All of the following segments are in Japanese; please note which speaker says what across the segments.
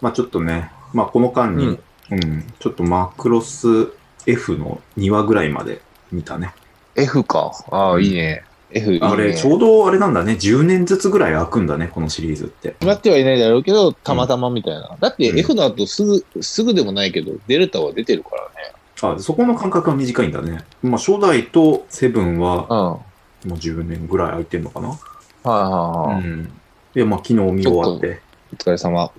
Speaker 1: まあちょっとね、まあこの間に、
Speaker 2: う
Speaker 1: うんん、ちょっとマクロス F の2話ぐらいまで見たね。
Speaker 2: F か。ああ、いいね。F、いいね。
Speaker 1: あれ、ちょうどあれなんだね、10年ずつぐらい開くんだね、このシリーズって。
Speaker 2: 決まってはいないだろうけど、たまたまみたいな。だって
Speaker 1: うん
Speaker 2: F の後すぐ、すぐでもないけど、デルタは出てるからね。
Speaker 1: あ、そこの間隔が短いんだね。まあ初代とセブンは
Speaker 2: うん。はい
Speaker 1: もう10年ぐらい空いてんのかな。
Speaker 2: はいは
Speaker 1: う
Speaker 2: い。
Speaker 1: ん。で、まあ昨日見終わって。
Speaker 2: お疲れ様。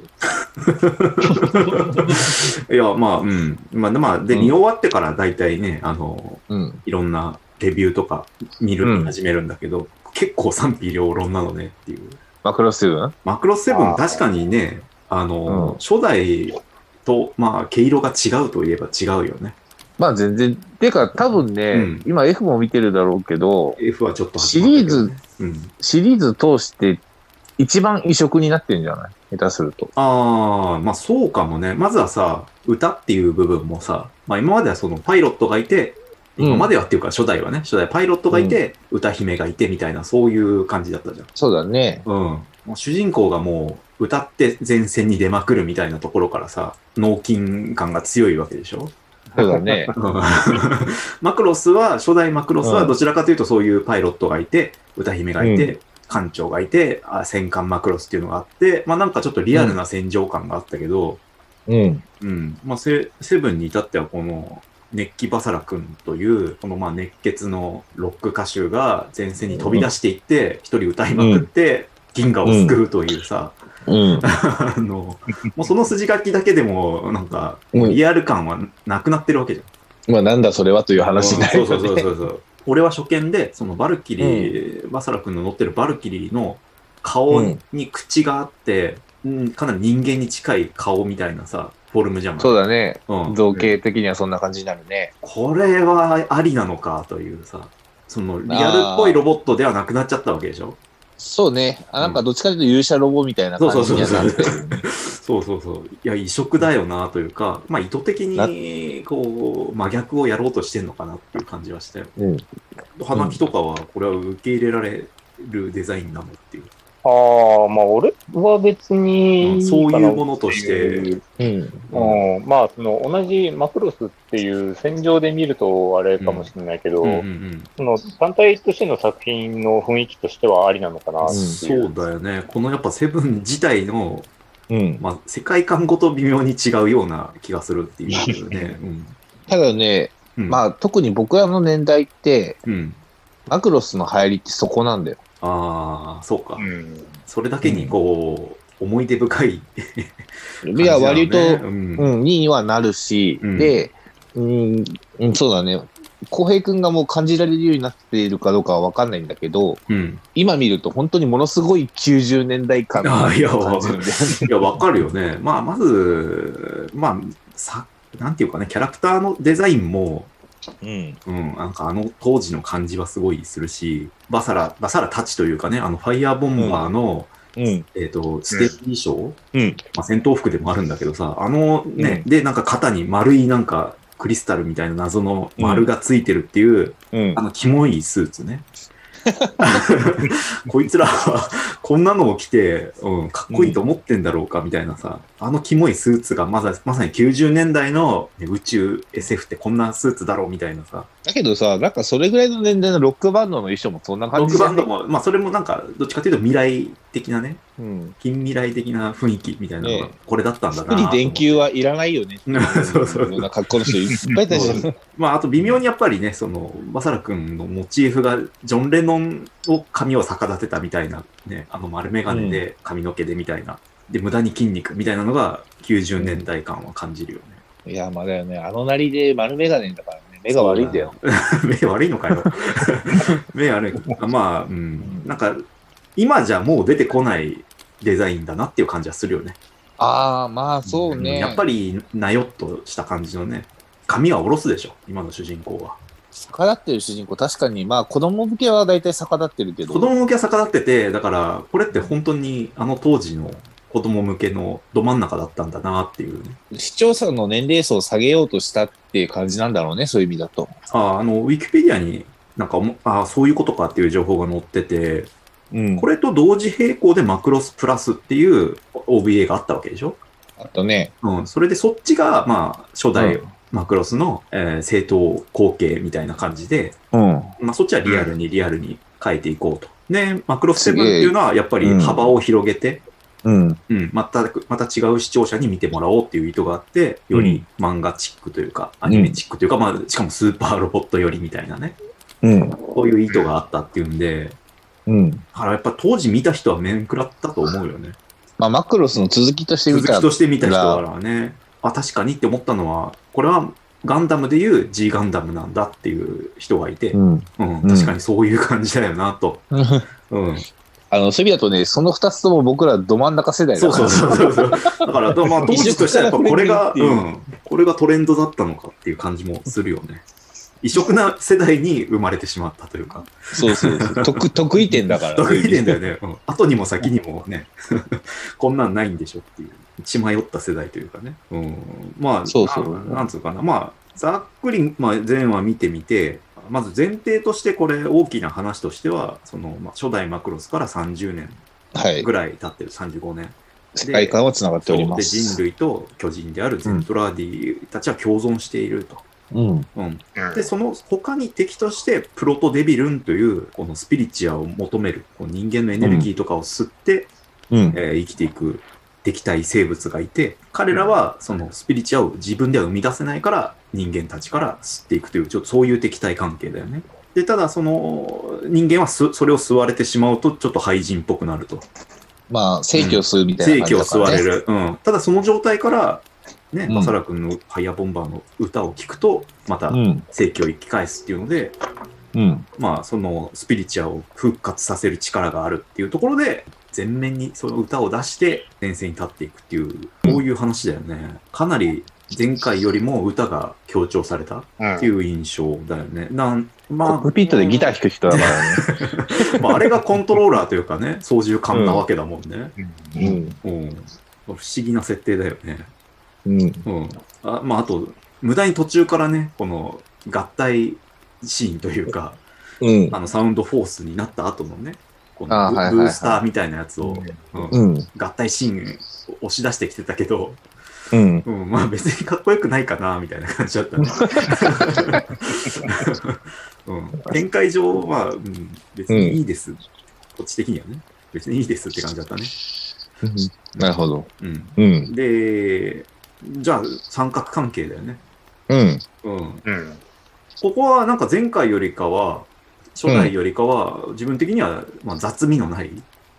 Speaker 1: いや、まあ、うん。まあ、でまあ、で、
Speaker 2: うん
Speaker 1: 見終わってから大体ね、あの、
Speaker 2: うん。
Speaker 1: いろんなレビューとか見る、
Speaker 2: うん
Speaker 1: 見始めるんだけど、結構賛否両論なのねっていう。
Speaker 2: マクロス7
Speaker 1: マクロスセブ
Speaker 2: あ
Speaker 1: ン
Speaker 2: ー
Speaker 1: 確かにね、あの、
Speaker 2: うん
Speaker 1: 初代と、まあ、毛色が違うといえば違うよね。
Speaker 2: まあ全然。てか、多分ね、
Speaker 1: うん
Speaker 2: 今 F も見てるだろうけど、
Speaker 1: F はちょっと
Speaker 2: シリーズ、
Speaker 1: うん。
Speaker 2: シリーズ通して一番異色になってるんじゃない下手すると。
Speaker 1: ああ、まあそうかもね。まずはさ、歌っていう部分もさ、まあ今まではそのパイロットがいて、
Speaker 2: うん
Speaker 1: 今まではっていうか初代はね、初代パイロットがいて、歌姫がいてみたいな、そういう感じだったじゃん。
Speaker 2: そうだね。
Speaker 1: うん。もう主人公がもう歌って前線に出まくるみたいなところからさ、脳筋感が強いわけでしょ
Speaker 2: そうだね。
Speaker 1: うんマクロスは、初代マクロス
Speaker 2: う
Speaker 1: は
Speaker 2: ん
Speaker 1: どちらかというとそういうパイロットがいて、歌姫がいて、艦長がいて、あ戦艦マクロスっていうのがあって、まあなんかちょっとリアルな戦場感があったけど、
Speaker 2: うん。
Speaker 1: うん、まあセセブンに至ってはこの、熱気バサラ君という、このまあ熱血のロック歌手が前線に飛び出していって、一、人歌いまくって、銀河を救うというさ、
Speaker 2: うん。
Speaker 1: あの、もうその筋書きだけでも、なんか、
Speaker 2: うん
Speaker 1: リアル感はなくなってるわけじゃん。
Speaker 2: まあなんだそれはという話になる
Speaker 1: うんそ
Speaker 2: よ
Speaker 1: う
Speaker 2: ね
Speaker 1: そうそうそうそう。俺は初見で、そのバルキリー、バサラ君の乗ってるバルキリーの顔に口があって、うんかなり人間に近い顔みたいなさ、フォルムじゃん。
Speaker 2: そうだね。
Speaker 1: うん
Speaker 2: 造形的にはそんな感じになるね。
Speaker 1: これはありなのかというさ、そのリアルっぽいロボットではなくなっちゃったわけでしょ。
Speaker 2: そうね。あなんかどっちかというと勇者ロボみたいな感じにはなって
Speaker 1: そう
Speaker 2: る。
Speaker 1: そうそうそう。いや、異色だよなというか、まあ意図的に、こう、真逆をやろうとしてんのかなっていう感じはしたよ。
Speaker 2: うん
Speaker 1: 花木とかは、これは受け入れられるデザインなのっていう。
Speaker 3: ああ、まあ俺は別に
Speaker 1: うん
Speaker 3: いい
Speaker 1: そう
Speaker 3: か
Speaker 1: い
Speaker 3: な
Speaker 1: うものとして。
Speaker 2: うん。
Speaker 3: うん、まあその同じマクロスっていう戦場で見るとあれかもしれないけど、
Speaker 1: うんうん
Speaker 3: その単体としての作品の雰囲気としてはありなのかな
Speaker 1: う
Speaker 3: っ
Speaker 1: ん、
Speaker 3: て
Speaker 1: そ
Speaker 3: いう。
Speaker 1: うだよね、このやっぱセブン自体の、
Speaker 2: うん。
Speaker 1: まあ、世界観ごと微妙に違うような気がするっていうね。
Speaker 2: ただね、
Speaker 1: うん、
Speaker 2: ま
Speaker 1: あ、
Speaker 2: あ特に僕らの年代って、
Speaker 1: うん、
Speaker 2: マクロスの流行りってそこなんだよ。
Speaker 1: ああ、そうか、
Speaker 3: うん
Speaker 1: それだけにこう、思い出深い
Speaker 2: いや、割と、
Speaker 1: 感じなのねうん
Speaker 2: うん、にはなるし、
Speaker 1: うん
Speaker 2: で、うん、うんそうだね。浩平君がもう感じられるようになっているかどうかはわかんないんだけど、
Speaker 1: うん、
Speaker 2: 今見ると本当にものすごい90年代感
Speaker 1: あーいや
Speaker 2: 感じるんだよね
Speaker 1: いや、わかるよね。まあ、まず、まあ、さ、なんていうかね、キャラクターのデザインも、
Speaker 2: うん。
Speaker 1: うん、なんかあの当時の感じはすごいするし、バサラ、バサラたちというかね、あのファイヤーボンバーの、
Speaker 2: うん。
Speaker 1: えっ、と、ステップ衣装、
Speaker 2: うん。
Speaker 1: まあ、戦闘服でもあるんだけどさ、あのね、で、なんか肩に丸いなんかクリスタルみたいな謎の丸がついてるっていう、
Speaker 2: うん
Speaker 1: あ。のキモいスーツ ね。こいつらはこんなのを着て、うん、かっこいいと思ってんだろうかみたいなさ、あのキモいスーツがまさまさに90年代のね宇宙 SF ってこんなスーツだろうみたいなさ、
Speaker 2: だけどさ、なんかそれぐらいの年代のロックバンドの衣装もそんな
Speaker 1: ロ
Speaker 2: 感
Speaker 1: ッ
Speaker 2: じ
Speaker 1: ク
Speaker 2: じゃ
Speaker 1: バ
Speaker 2: ん
Speaker 1: ンドも、まあ、それもなんか、どっちかというと未来的なね、
Speaker 2: うん。
Speaker 1: 近未来的な雰囲気みたいなのが
Speaker 2: ね、
Speaker 1: これだったんだなと
Speaker 2: 作
Speaker 1: 思
Speaker 2: り
Speaker 1: って。
Speaker 2: 電球はいらないよね。
Speaker 1: そうそう
Speaker 2: いろんな格好の人いっぱいいたし。
Speaker 1: そうまあ、あと微妙にやっぱりね、その、バサラ君のモチーフが、ジョン・レノンを髪を逆立てたみたいな、ね、あの丸眼鏡で髪の毛でみたいな、で、無駄に筋肉みたいなのが90年代感は感じるよね。
Speaker 2: いや、まあだよね。あのなりで丸メガネだからね。目が悪いんだよ。
Speaker 1: 目悪いのかよ。 目悪い。まあ、うん。なんか、今じゃもう出てこないデザインだなっていう感じはするよね。
Speaker 2: ああ、まあそうね。
Speaker 1: んやっぱり、なよっとした感じのね、髪は下ろすでしょ、今の主人公は。
Speaker 2: 逆立ってる主人公、確かに、まあ子供向けは大体逆立ってるけど。
Speaker 1: 子供向けは逆立ってて、だから、これって本当にあの当時の子供向けのど真ん中だったんだなっていうね。
Speaker 2: 視聴者の年齢層を下げようとしたっていう感じなんだろうね、そういう意味だと。
Speaker 1: ああの、ウィキペディアになんかおも、ああ、そういうことかっていう情報が載ってて、
Speaker 2: うん
Speaker 1: これと同時並行でマクロスプラスっていう OVA があったわけでしょ
Speaker 2: あかったね。
Speaker 1: うん、それでそっちが、まあ、初代マクロスの、えー正統後継みたいな感じで、
Speaker 2: うん。
Speaker 1: まあ、そっちはリアルにリアルに変えていこうと。で、マクロス7っていうのは、やっぱり幅を広げて、
Speaker 2: うん。
Speaker 1: うん、また、また違う視聴者に見てもらおうっていう意図があって、より漫画チックというか、アニメチックというか、まあ、しかもスーパーロボット寄りみたいなね、
Speaker 2: うん。
Speaker 1: こういう意図があったっていうんで、
Speaker 2: うん。
Speaker 1: だからやっぱ当時見た人は面食らったと思うよね。
Speaker 2: まあ、マクロスの続きとして見
Speaker 1: 続
Speaker 2: た
Speaker 1: き
Speaker 2: ら
Speaker 1: と、して見た人はね、あ、確かにって思ったのは、これはガンダムでいう G ガンダムなんだっていう人がいて
Speaker 2: う、ん。
Speaker 1: うん、
Speaker 2: うん
Speaker 1: 確かにそういう感じだよなと。うん、
Speaker 2: あの、そういう意味だとね、その二つとも僕らど真ん中世代だ
Speaker 1: そ
Speaker 2: か
Speaker 1: う
Speaker 2: ら
Speaker 1: そうそうそうそう。だ から、まあ、当時としてはやっぱこれが、
Speaker 3: 移植
Speaker 1: う
Speaker 3: から
Speaker 1: ん、これがトレンドだったのかっていう感じもするよね。異色な世代に生まれてしまったというか、
Speaker 2: そうそうそう得。 得意点だから。
Speaker 1: 得意点だよね。うん、後にも先にもね、 こんなんないんでしょっていう、血迷った世代というかね。うん、まあ、
Speaker 2: そうそう
Speaker 1: ななんつうかな、まあ、ざっくり、まあ、前話見てみて、まず前提としてこれ大きな話としては、その、まあ、初代マクロスから30年
Speaker 2: はい
Speaker 1: ぐ。らい経ってる、35年。
Speaker 2: 世界観は繋がっておりま
Speaker 1: で人
Speaker 2: す。
Speaker 1: 類と巨人であるゼントラーディたちは共存していると。
Speaker 2: うん。
Speaker 1: うん、
Speaker 3: うん
Speaker 1: で、その他に敵として、プロトデビルンという、このスピリチュアを求める、こう人間のエネルギーとかを吸って、
Speaker 2: うん。
Speaker 1: えー生きていく敵対生物がいて、彼らはそのスピリチュアを自分では生み出せないから、人間たちから吸っていくという、ちょっとそういう敵対関係だよね。で、ただ、その、人間はすそれを吸われてしまうと、ちょっと廃人っぽくなると。
Speaker 2: まあ、正規を吸うみたい
Speaker 1: 正
Speaker 2: な感
Speaker 1: 気
Speaker 2: じ
Speaker 1: を
Speaker 2: だか
Speaker 1: 吸
Speaker 2: ら、
Speaker 1: わ
Speaker 2: ね。
Speaker 1: れる、うん、ただその状態から、ね
Speaker 2: うん
Speaker 1: マサラ君の「ファイヤーボンバー」の歌を聞くとまた正気を生き返すっていうので、
Speaker 2: うん。うん。
Speaker 1: まあそのスピリチュアを復活させる力があるっていうところで全面にその歌を出して前線に立っていくっていうこういう話だよねかなり前回よりも歌が強調されたっていう印象だよねなんま
Speaker 2: コックピットでギター弾く人だからね。
Speaker 1: あ、まああれがコントローラーというかね操縦感なわけだもんね、
Speaker 3: うん
Speaker 2: ん。
Speaker 1: うん、不思議な設定だよね
Speaker 2: うん。
Speaker 1: うん。あまあ、あと、無駄に途中からね、この合体シーンというか、
Speaker 2: うん。
Speaker 1: あのサウンドフォースになった後のね、こ
Speaker 2: あ
Speaker 1: の
Speaker 2: はい
Speaker 1: ブブ
Speaker 2: はいはい
Speaker 1: ースターみたいなやつを、うん
Speaker 2: うん。
Speaker 1: 合体シーンを押し出してきてたけど、
Speaker 2: うん。
Speaker 1: うん、まあ別にかっこよくないかな、みたいな感じだ ったね。うん、展開上は、うん、別にいいです。こっち的にはね。別にいいですって感じだったね。
Speaker 2: なるほど。
Speaker 1: うん。
Speaker 2: うん。
Speaker 1: で、じゃあ三角関係だよね。
Speaker 2: うん。
Speaker 1: うん。
Speaker 3: うん。
Speaker 1: ここはなんか前回よりかは、初代よりかは、自分的にはまあ雑味のない、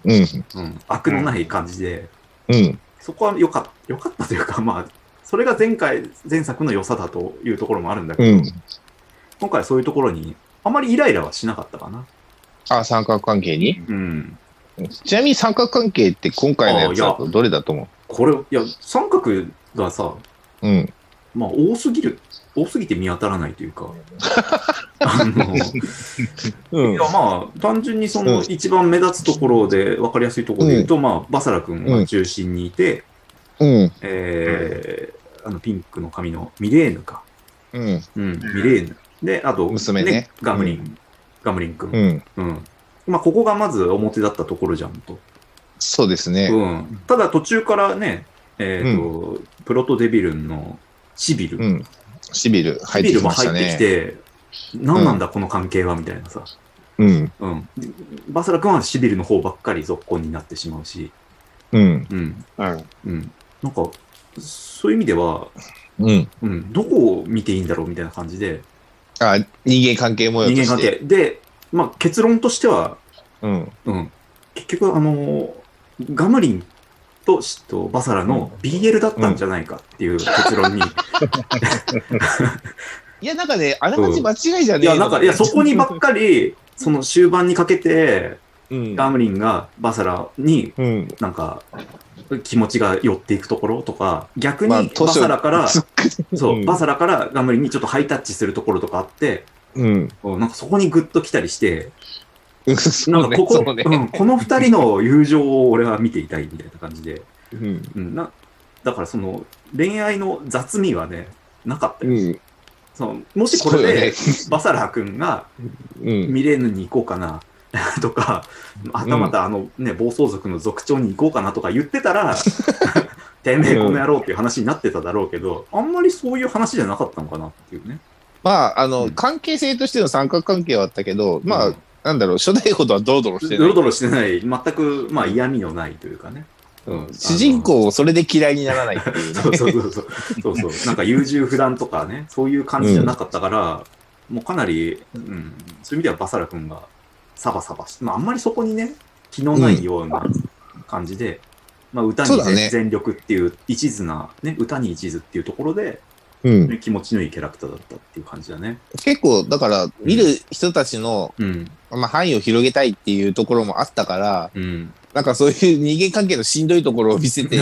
Speaker 2: うん。
Speaker 1: うん、悪のない感じで、
Speaker 2: うん。
Speaker 1: そこは良かった、良かったというか、まあ、それが前回、前作の良さだというところもあるんだけど、
Speaker 2: うん。
Speaker 1: 今回はそういうところに、あまりイライラはしなかったかな。
Speaker 2: あ、三角関係に
Speaker 1: うん。
Speaker 2: ちなみに三角関係って今回のやつだとどれだと思
Speaker 1: これ、いや、三角がさ、
Speaker 2: ううん。
Speaker 1: まあ、多すぎる、多すぎて見当たらないというか、あの、
Speaker 2: う
Speaker 1: いやまあ単純にその
Speaker 2: うん
Speaker 1: 一番目立つところで分かりやすいところで言うと、まあ、バサラ君が中心にいて、
Speaker 2: うん。
Speaker 1: えーあのピンクの髪のミレーヌか、
Speaker 2: うん。
Speaker 1: うん、ミレーヌであと
Speaker 2: 娘ね
Speaker 1: ガムリン、
Speaker 2: う
Speaker 1: ガムリン君、う
Speaker 2: う
Speaker 1: ん
Speaker 2: ん。
Speaker 1: まあ、ここがまず表だったところじゃんと、
Speaker 2: そうですね。
Speaker 1: うん、ただ途中からね、えーとプロトデビルンのシビル、
Speaker 2: うん。シビル
Speaker 1: シ
Speaker 2: 入っ
Speaker 1: ビ
Speaker 2: て
Speaker 1: ル
Speaker 2: き
Speaker 1: も
Speaker 2: ま
Speaker 1: 入
Speaker 2: した
Speaker 1: ってき
Speaker 2: ね。
Speaker 1: て、何なんだこの関係はみたいなさ、
Speaker 2: うん。
Speaker 1: うん、でバサラ君はシビルの方ばっかり続行になってしまうし、
Speaker 2: うん。
Speaker 1: うん、
Speaker 3: うん。
Speaker 1: うん、なんかそういう意味では、
Speaker 2: うん。
Speaker 1: うん、どこを見ていいんだろうみたいな感じで
Speaker 2: あ、人間関係模様と
Speaker 1: 人間
Speaker 2: し
Speaker 1: 関
Speaker 2: て。
Speaker 1: 係で、まあ、結論としては、
Speaker 2: うん。
Speaker 1: うん、結局あのーガムリンとしとバサラの BL だったんじゃないかっていう結 論に、
Speaker 2: いや、なんかね、あながち間違いじゃね
Speaker 1: い
Speaker 2: え
Speaker 1: やなんかいやそこにばっ
Speaker 2: か
Speaker 1: かりその終盤にかけて
Speaker 2: うん。
Speaker 1: ガムリンがバサラに
Speaker 2: うん。
Speaker 1: なんか気持ちが寄っていくところとか逆に
Speaker 2: まあ
Speaker 1: バサラから、
Speaker 2: 年 を
Speaker 1: そう、
Speaker 2: うん
Speaker 1: バサラからガムリンにちょっとハイタッチするところとかあって、
Speaker 2: うん。
Speaker 1: うんなんかそこにグッと来たりして、
Speaker 2: うん
Speaker 1: なんかここ、
Speaker 2: そうね
Speaker 1: うん、この二人の友情を俺は見ていたいみたいな感じで、
Speaker 2: うん。
Speaker 1: うん、なだからその恋愛の雑味はね、なかったよ。
Speaker 2: うん。
Speaker 1: そのもしこれで、バサラ君が
Speaker 2: うん。
Speaker 1: ミレーヌに行こうかな と か、はたまたあのね、暴走族の族長に行こうかなとか言ってたら、てめえこの野郎っていう話になってただろうけど、あんまりそういう話じゃなかったのかなっていうね。
Speaker 2: まあ、あの、
Speaker 1: うん
Speaker 2: 関係性としての三角関係はあったけど、まあ、
Speaker 1: うん
Speaker 2: なんだろう、初代ほどはドロドロして
Speaker 1: ド
Speaker 2: ない
Speaker 1: ロ。ドロしてない、全く、まあ、嫌味のないというかね。うん
Speaker 2: 主人公をそれで嫌いにならないっていうね。
Speaker 1: そうそうそうそう。そうそう。なんか優柔不断とかね、そういう感じじゃなかったから、もうかなり、うん、そういう意味ではバサラ君がサバサバして、まああんまりそこにね、気のないような感じで、まあ歌
Speaker 2: そ
Speaker 1: に
Speaker 2: うだ
Speaker 1: 全,、
Speaker 2: ね
Speaker 1: 力っていう、一途な、ね、歌に一途っていうところで、
Speaker 2: うん、
Speaker 1: ね気持ちのいいキャラクターだったっていう感じだね。
Speaker 2: 結構、だから、見る人たちの、
Speaker 1: うん。
Speaker 2: まあ、範囲を広げたいっていうところもあったから、
Speaker 1: うん。
Speaker 2: なんかそういう人間関係のしんどいところを 見せて、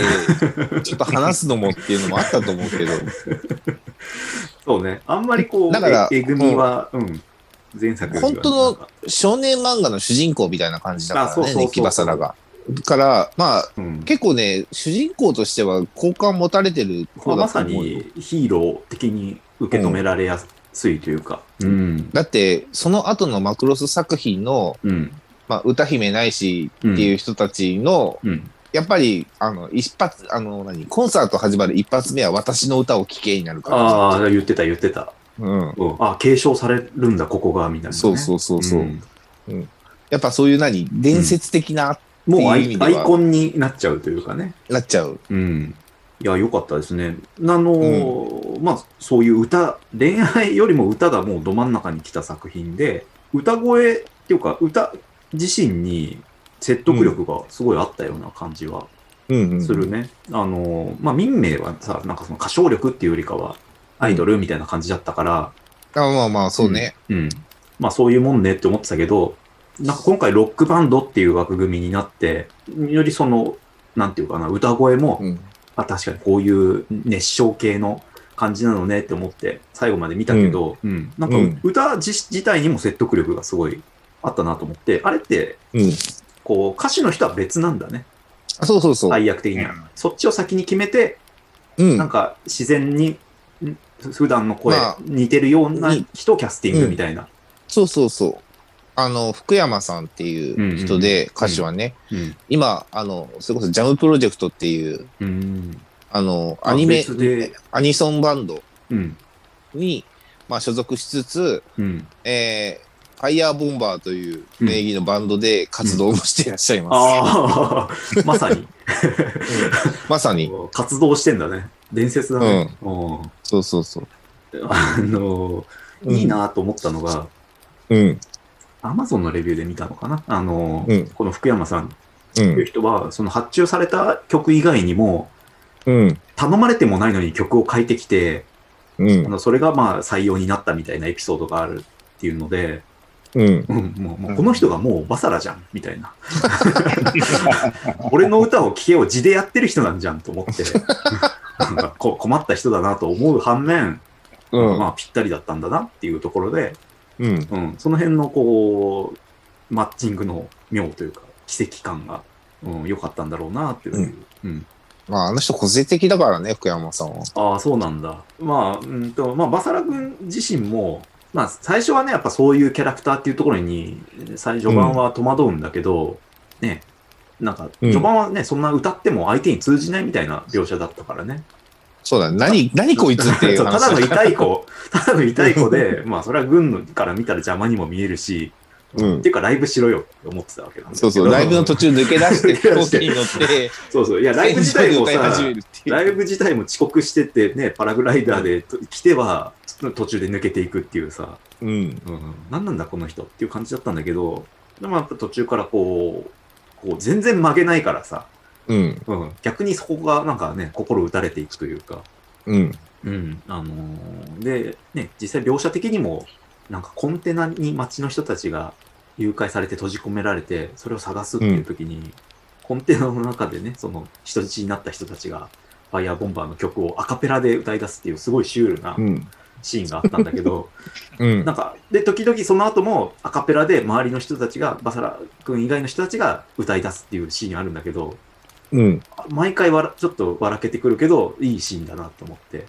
Speaker 2: ちょっと話すのもっていうのもあったと思うけど、
Speaker 1: そうね。あんまりこう、
Speaker 2: だから
Speaker 1: ええぐみは、うん。前作よりは
Speaker 2: 本当の少年漫画の主人公みたいな感じだか
Speaker 1: あ
Speaker 2: ら
Speaker 1: そうそう
Speaker 2: ね、
Speaker 1: そう
Speaker 2: ネッキバサラが。から、まあ、
Speaker 1: うん。
Speaker 2: 結構ね、主人公としては好感持たれてる
Speaker 1: ま
Speaker 2: 方
Speaker 1: あ、
Speaker 2: だ
Speaker 1: ま
Speaker 2: と
Speaker 1: さ
Speaker 2: 思うよ。
Speaker 1: にヒーロー的に受け止められやすいというか。うん。
Speaker 2: だって、その後のマクロス作品の、
Speaker 1: うん。
Speaker 2: まあ、歌姫ないし
Speaker 1: うん
Speaker 2: っていう人たちの、
Speaker 1: うん。
Speaker 2: やっぱり、あの、一発、あの、何、コンサート始まる一発目は私の歌を聴けになるから。
Speaker 1: ああ、言ってた言ってた。
Speaker 2: うん。
Speaker 1: うん、あ継承されるんだ、ここが、みたいな、ね。
Speaker 2: そうそうそうそう。
Speaker 1: ん
Speaker 2: やっぱそういう何、伝説的な、
Speaker 1: もうア
Speaker 2: っていう意味
Speaker 1: イ
Speaker 2: で
Speaker 1: ア
Speaker 2: は
Speaker 1: イコンになっちゃうというかね。
Speaker 2: なっちゃう。
Speaker 1: うん。いや、良かったですね。あのーまあ、そういう歌、恋愛よりも歌がもうど真ん中に来た作品で、歌声っていうか、歌自身に説得力がすごいあったような感じは
Speaker 2: うん、うん。
Speaker 1: するね。あの、まあ、民名はさ、なんかその歌唱力っていうよりかは、アイドルみたいな感じだったから、
Speaker 2: あまあまあ、そうね。
Speaker 1: うん。まあ、そういうもんねって思ってたけど、なんか今回ロックバンドっていう枠組みになって、よりその、なんていうかな、歌声も、
Speaker 2: うん。
Speaker 1: あ、確かにこういう熱唱系の感じなのねって思って、最後まで見たけど、うん。なんか
Speaker 2: うん
Speaker 1: 歌自自体にも説得力がすごいあったなと思って、あれって、
Speaker 2: うん。
Speaker 1: こう、歌手の人は別なんだね。
Speaker 2: あそうそうそう。
Speaker 1: 配役的には。そっちを先に決めて、
Speaker 2: うん。
Speaker 1: なんか自然に、ん普段の声
Speaker 2: まあ、
Speaker 1: 似てるような人をキャスティングみたいな。
Speaker 2: そうそうそう。あの、福山さんっていう人で、歌手はね、
Speaker 1: うん。
Speaker 2: 今、あの、それこそジャムプロジェクトっていう、
Speaker 1: うん。
Speaker 2: あの、アニメ
Speaker 1: 別、で、
Speaker 2: アニソンバンド
Speaker 1: うん。
Speaker 2: に、まあ、所属しつつ、
Speaker 1: うん。
Speaker 2: えー、ファイヤーボンバーという名義のバンドで活動もしていらっしゃいます。
Speaker 1: ああ、 まさに、
Speaker 2: まさ に。
Speaker 1: 活動してんだね。伝説だね。うん
Speaker 2: そうそうそう。
Speaker 1: あのー、いいなと思ったのが、
Speaker 2: うん。
Speaker 1: アマゾンのレビューで見たのかな。あの
Speaker 2: う
Speaker 1: ー、
Speaker 2: ん。
Speaker 1: この福山さんっ
Speaker 2: う。
Speaker 1: ていうん人は、その発注された曲以外にも、
Speaker 2: うん。
Speaker 1: 頼まれてもないのに曲を変えてきて、
Speaker 2: う
Speaker 1: あ
Speaker 2: ん。
Speaker 1: のそれがまあ採用になったみたいなエピソードがあるっていうので、
Speaker 2: うん。
Speaker 1: うん、もうもうこの人がもうバサラじゃんみたいな俺の歌を聴けを地でやってる人なんじゃんと思ってなんかこ困った人だなと思う反面、
Speaker 2: うん。
Speaker 1: まあぴったりだったんだなっていうところで、
Speaker 2: うん。
Speaker 1: うん、その辺のこうマッチングの妙というか奇跡感が良、うん、良かったんだろうなっていう、うん
Speaker 2: まあ、あの人個性的だからね、福山さんは。
Speaker 1: ああそうなんだまあうんとまあバサラ君自身もまあ最初はねやっぱそういうキャラクターっていうところに最序盤は戸惑うんだけど、ねなんか
Speaker 2: うん
Speaker 1: 序盤はね、そんな歌っても相手に通じないみたいな描写だったからね。
Speaker 2: そう だね。何、何こいつってい
Speaker 1: そううた
Speaker 2: 話
Speaker 1: だの痛い子、 ただの痛い子で、まあそれは軍から見たら邪魔にも見えるし、
Speaker 2: うん
Speaker 1: っていうかライブしろよって思ってたわけなんです
Speaker 2: そう そう、ライブの途中抜け出して、
Speaker 1: 抜け
Speaker 2: 飛
Speaker 1: 出
Speaker 2: 行
Speaker 1: して
Speaker 2: 機に乗って、
Speaker 1: そうそう。いや、ライブ自体も
Speaker 2: 戦場で歌い
Speaker 1: さ
Speaker 2: 始、めるっていう
Speaker 1: ライブ自体も遅刻しててね、パラグライダーでと来ては、途中で抜けていくっていうさ、
Speaker 2: うん。
Speaker 1: うん、何なんだこの人っていう感じだったんだけど、でもやっぱ途中からこう、こう全然曲げないからさ、
Speaker 2: うん。
Speaker 1: うん、逆にそこがなんかね、心打たれていくというか、
Speaker 2: うん。
Speaker 1: うん、あのーで、ね、実際描写的にも、なんかコンテナに街の人たちが誘拐されて閉じ込められて、それを探すっていう時に、コンテナの中でね、その人質になった人たちが、ファイヤーボンバーの曲をアカペラで歌い出すっていうすごいシュールな
Speaker 2: うん。
Speaker 1: シーンがあったんだけど、
Speaker 2: うん
Speaker 1: なんか、で、時々その後もアカペラで周りの人たちが、バサラ君以外の人たちが歌い出すっていうシーンあるんだけど、
Speaker 2: うん。
Speaker 1: 毎回わらちょっと笑けてくるけど、いいシーンだなと思って、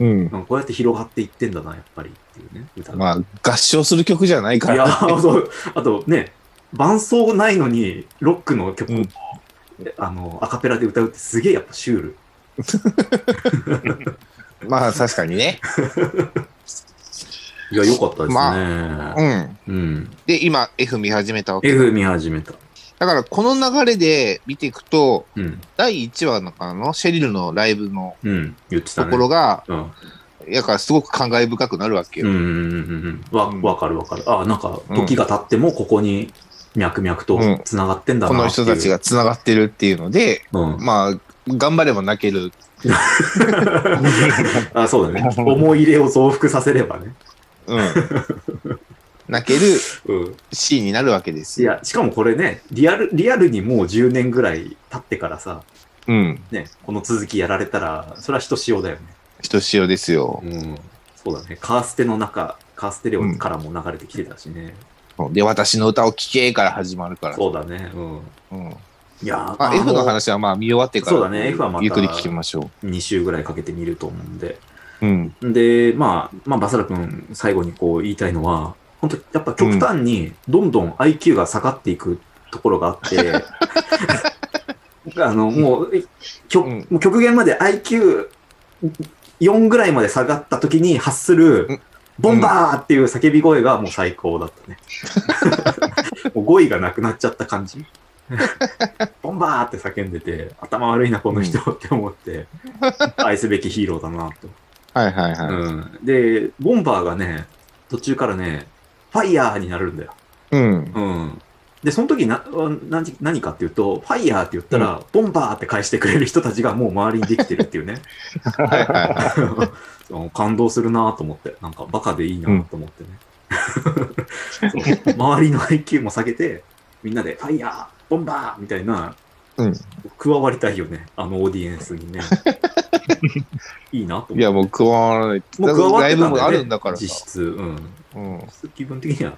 Speaker 2: うん。
Speaker 1: うんこうやって広がっていってんだな、やっぱりっていうね、歌が。
Speaker 2: まあ、合唱する曲じゃないか
Speaker 1: いや
Speaker 2: ら。
Speaker 1: ーそうあとね、伴奏ないのに、ロックの曲を、
Speaker 2: うん
Speaker 1: あのアカペラで歌うってすげえやっぱシュール
Speaker 2: まあ確かにね。
Speaker 1: いや、よかったですね。
Speaker 2: うん。
Speaker 1: うん。
Speaker 2: で、今 F 見始めたわけ。
Speaker 1: F 見始めた。
Speaker 2: だからこの流れで見ていくと、
Speaker 1: うん。
Speaker 2: 第1話のかなシェリルのライブの
Speaker 1: うん。言ってた
Speaker 2: と
Speaker 1: ね。
Speaker 2: ころが、
Speaker 1: うん。
Speaker 2: やからすごく感慨深くなるわけ
Speaker 1: うん
Speaker 2: よ。
Speaker 1: うんうんうん。わ、
Speaker 2: うん
Speaker 1: わかるわかる。あ、なんか、時が経っても、ここに、脈々と繋がってんだな
Speaker 2: この人たち
Speaker 1: が。
Speaker 2: が繋がってるっていうので、
Speaker 1: うん。
Speaker 2: まあ、頑張れば泣ける。
Speaker 1: あ、そう だね。思い入れを増幅させればね。
Speaker 2: うん。 泣ける
Speaker 1: うん。
Speaker 2: シーンになるわけです
Speaker 1: い
Speaker 2: よ。
Speaker 1: や、しかもこれね、リアル、リアルにもう10年ぐらい経ってからさ、
Speaker 2: うん。
Speaker 1: ね、この続きやられたら、それは人塩だよね。
Speaker 2: ひとしおですよ。
Speaker 1: うん。そうだね。カーステの中、カーステレオからも流れてきてたしね。
Speaker 2: で、私の歌を聴けから始まるから。
Speaker 1: そうだね。うん。
Speaker 2: うん。
Speaker 1: いやー
Speaker 2: まあ、F の
Speaker 1: の
Speaker 2: 話はまあ見終わってから。
Speaker 1: そうだね F はまた
Speaker 2: ゆっくり聞きましょ
Speaker 1: 2週ぐらいかけて見ると思うんで。
Speaker 2: う。うん。
Speaker 1: で、まあ、まあ、バサラ君、最後にこう言いたいのは、本当やっぱ極端にどんどん IQ が下がっていくところがあ って、あの、もう、極
Speaker 2: うん
Speaker 1: もう極限まで IQ4 ぐらいまで下がった時に発する、
Speaker 2: うん
Speaker 1: ボンバーっていう叫び声がもう最高だ ったね。もう語彙がなくなっちゃった感じ。ボンバーって叫んでて、頭悪いな、この人って思 って、愛すべきヒーローだなと。
Speaker 2: はいはいは
Speaker 1: うん、で、ボンバーがね、途中からね、ファイヤーになるんだよ。
Speaker 2: い。うん。
Speaker 1: うん、で、その時な何何かっていうと、ファイヤーって言ったら、ボンバーって返してくれる人たちがもう周りにできてるっていう ね、
Speaker 2: はいはいは
Speaker 1: そう感動するなと思って、なんかバカでいいなと思ってね。そう 周りの IQ も下げて、みんなでファイヤー、ボンバーみたいな、
Speaker 2: うん
Speaker 1: 加わりたいよね、あのオーディエンスに ね。いいなと思って
Speaker 2: い。いや、もう加わらない。
Speaker 1: もう加わっ
Speaker 2: ラ
Speaker 1: て
Speaker 2: イ
Speaker 1: たんだ
Speaker 2: ブも
Speaker 1: よ
Speaker 2: あ
Speaker 1: ね
Speaker 2: るんだから
Speaker 1: 実
Speaker 2: さ。
Speaker 1: 質、うん。
Speaker 2: うん。
Speaker 1: 気分的には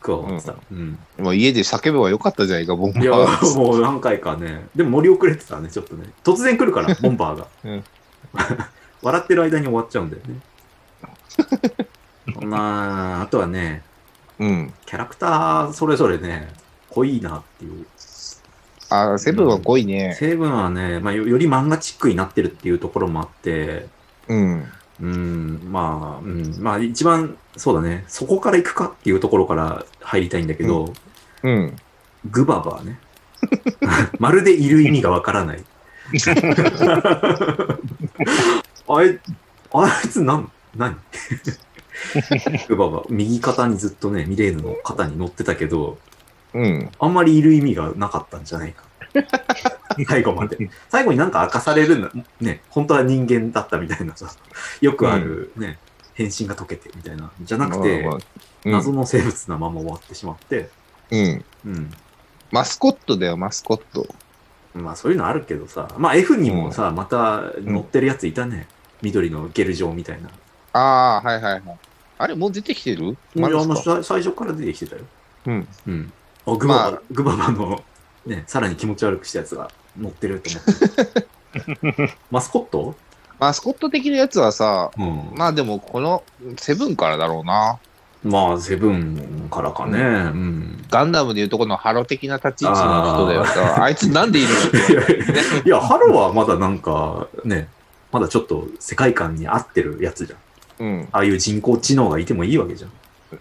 Speaker 1: 加わってた。うん。
Speaker 2: もう家で叫べばよかったじゃないか、ボンバ
Speaker 1: いや
Speaker 2: ーは、
Speaker 1: もう何回かね。でも盛り遅れてたね、ちょっとね。突然来るから、ボンバーが。
Speaker 2: うん
Speaker 1: 笑ってる間に終わっちゃうんだよね。 まあ、あとはね、
Speaker 2: うん。
Speaker 1: キャラクターそれぞれね、濃いなっていう。
Speaker 2: あー、セブンは5位ね。
Speaker 1: 成分はね、まあ、よより漫画チックになってるっていうところもあって、
Speaker 2: うん。
Speaker 1: うん、まあ、うん、まあ一番、そうだね、そこから行くかっていうところから入りたいんだけど、
Speaker 2: うん。
Speaker 1: グババーね。 まるでいる意味がわから ない。あい、あいつなん、何グババ、右肩にずっとね、ミレーヌの肩に乗ってたけど、
Speaker 2: うん。
Speaker 1: あんまりいる意味がなかったんじゃない か。最後まで。最後になんか明かされるんだ。ね、本当は人間だったみたいなさ、よくあるね、変身が解けてみたいな、じゃなくて
Speaker 2: まあ、まあ
Speaker 1: 謎の生物なまま終わってしまって、
Speaker 2: うん。うん。
Speaker 1: うん、
Speaker 2: マスコットだよ、マスコット。
Speaker 1: まあそういうのあるけどさ、まあ F にもさ、また乗ってるやついたね。緑のゲル状みたいな。
Speaker 2: ああ、はいはいはい。あれ、もう出てきてるま
Speaker 1: いや
Speaker 2: だ
Speaker 1: あの
Speaker 2: ですか
Speaker 1: さ最初から出てきてたよ。
Speaker 2: うん。
Speaker 1: うん。あ、グババ、
Speaker 2: ま
Speaker 1: グババの、ね、さらに気持ち悪くしたやつが乗ってると思って。 マスコット
Speaker 2: マスコット的なやつはさ、
Speaker 1: うん。ま
Speaker 2: まあでも、このセブンからだろうな。
Speaker 1: あ、セブンからかね。うん。
Speaker 2: ガンダムでいうとこのハロ的な立ち位置の人だよさ。あいつなんでいる
Speaker 1: いや いや、ハロはまだなんか、ね、まだちょっと世界観に合ってるやつじゃん。
Speaker 2: のうん。
Speaker 1: ああいう人工知能がいてもいいわけじゃん。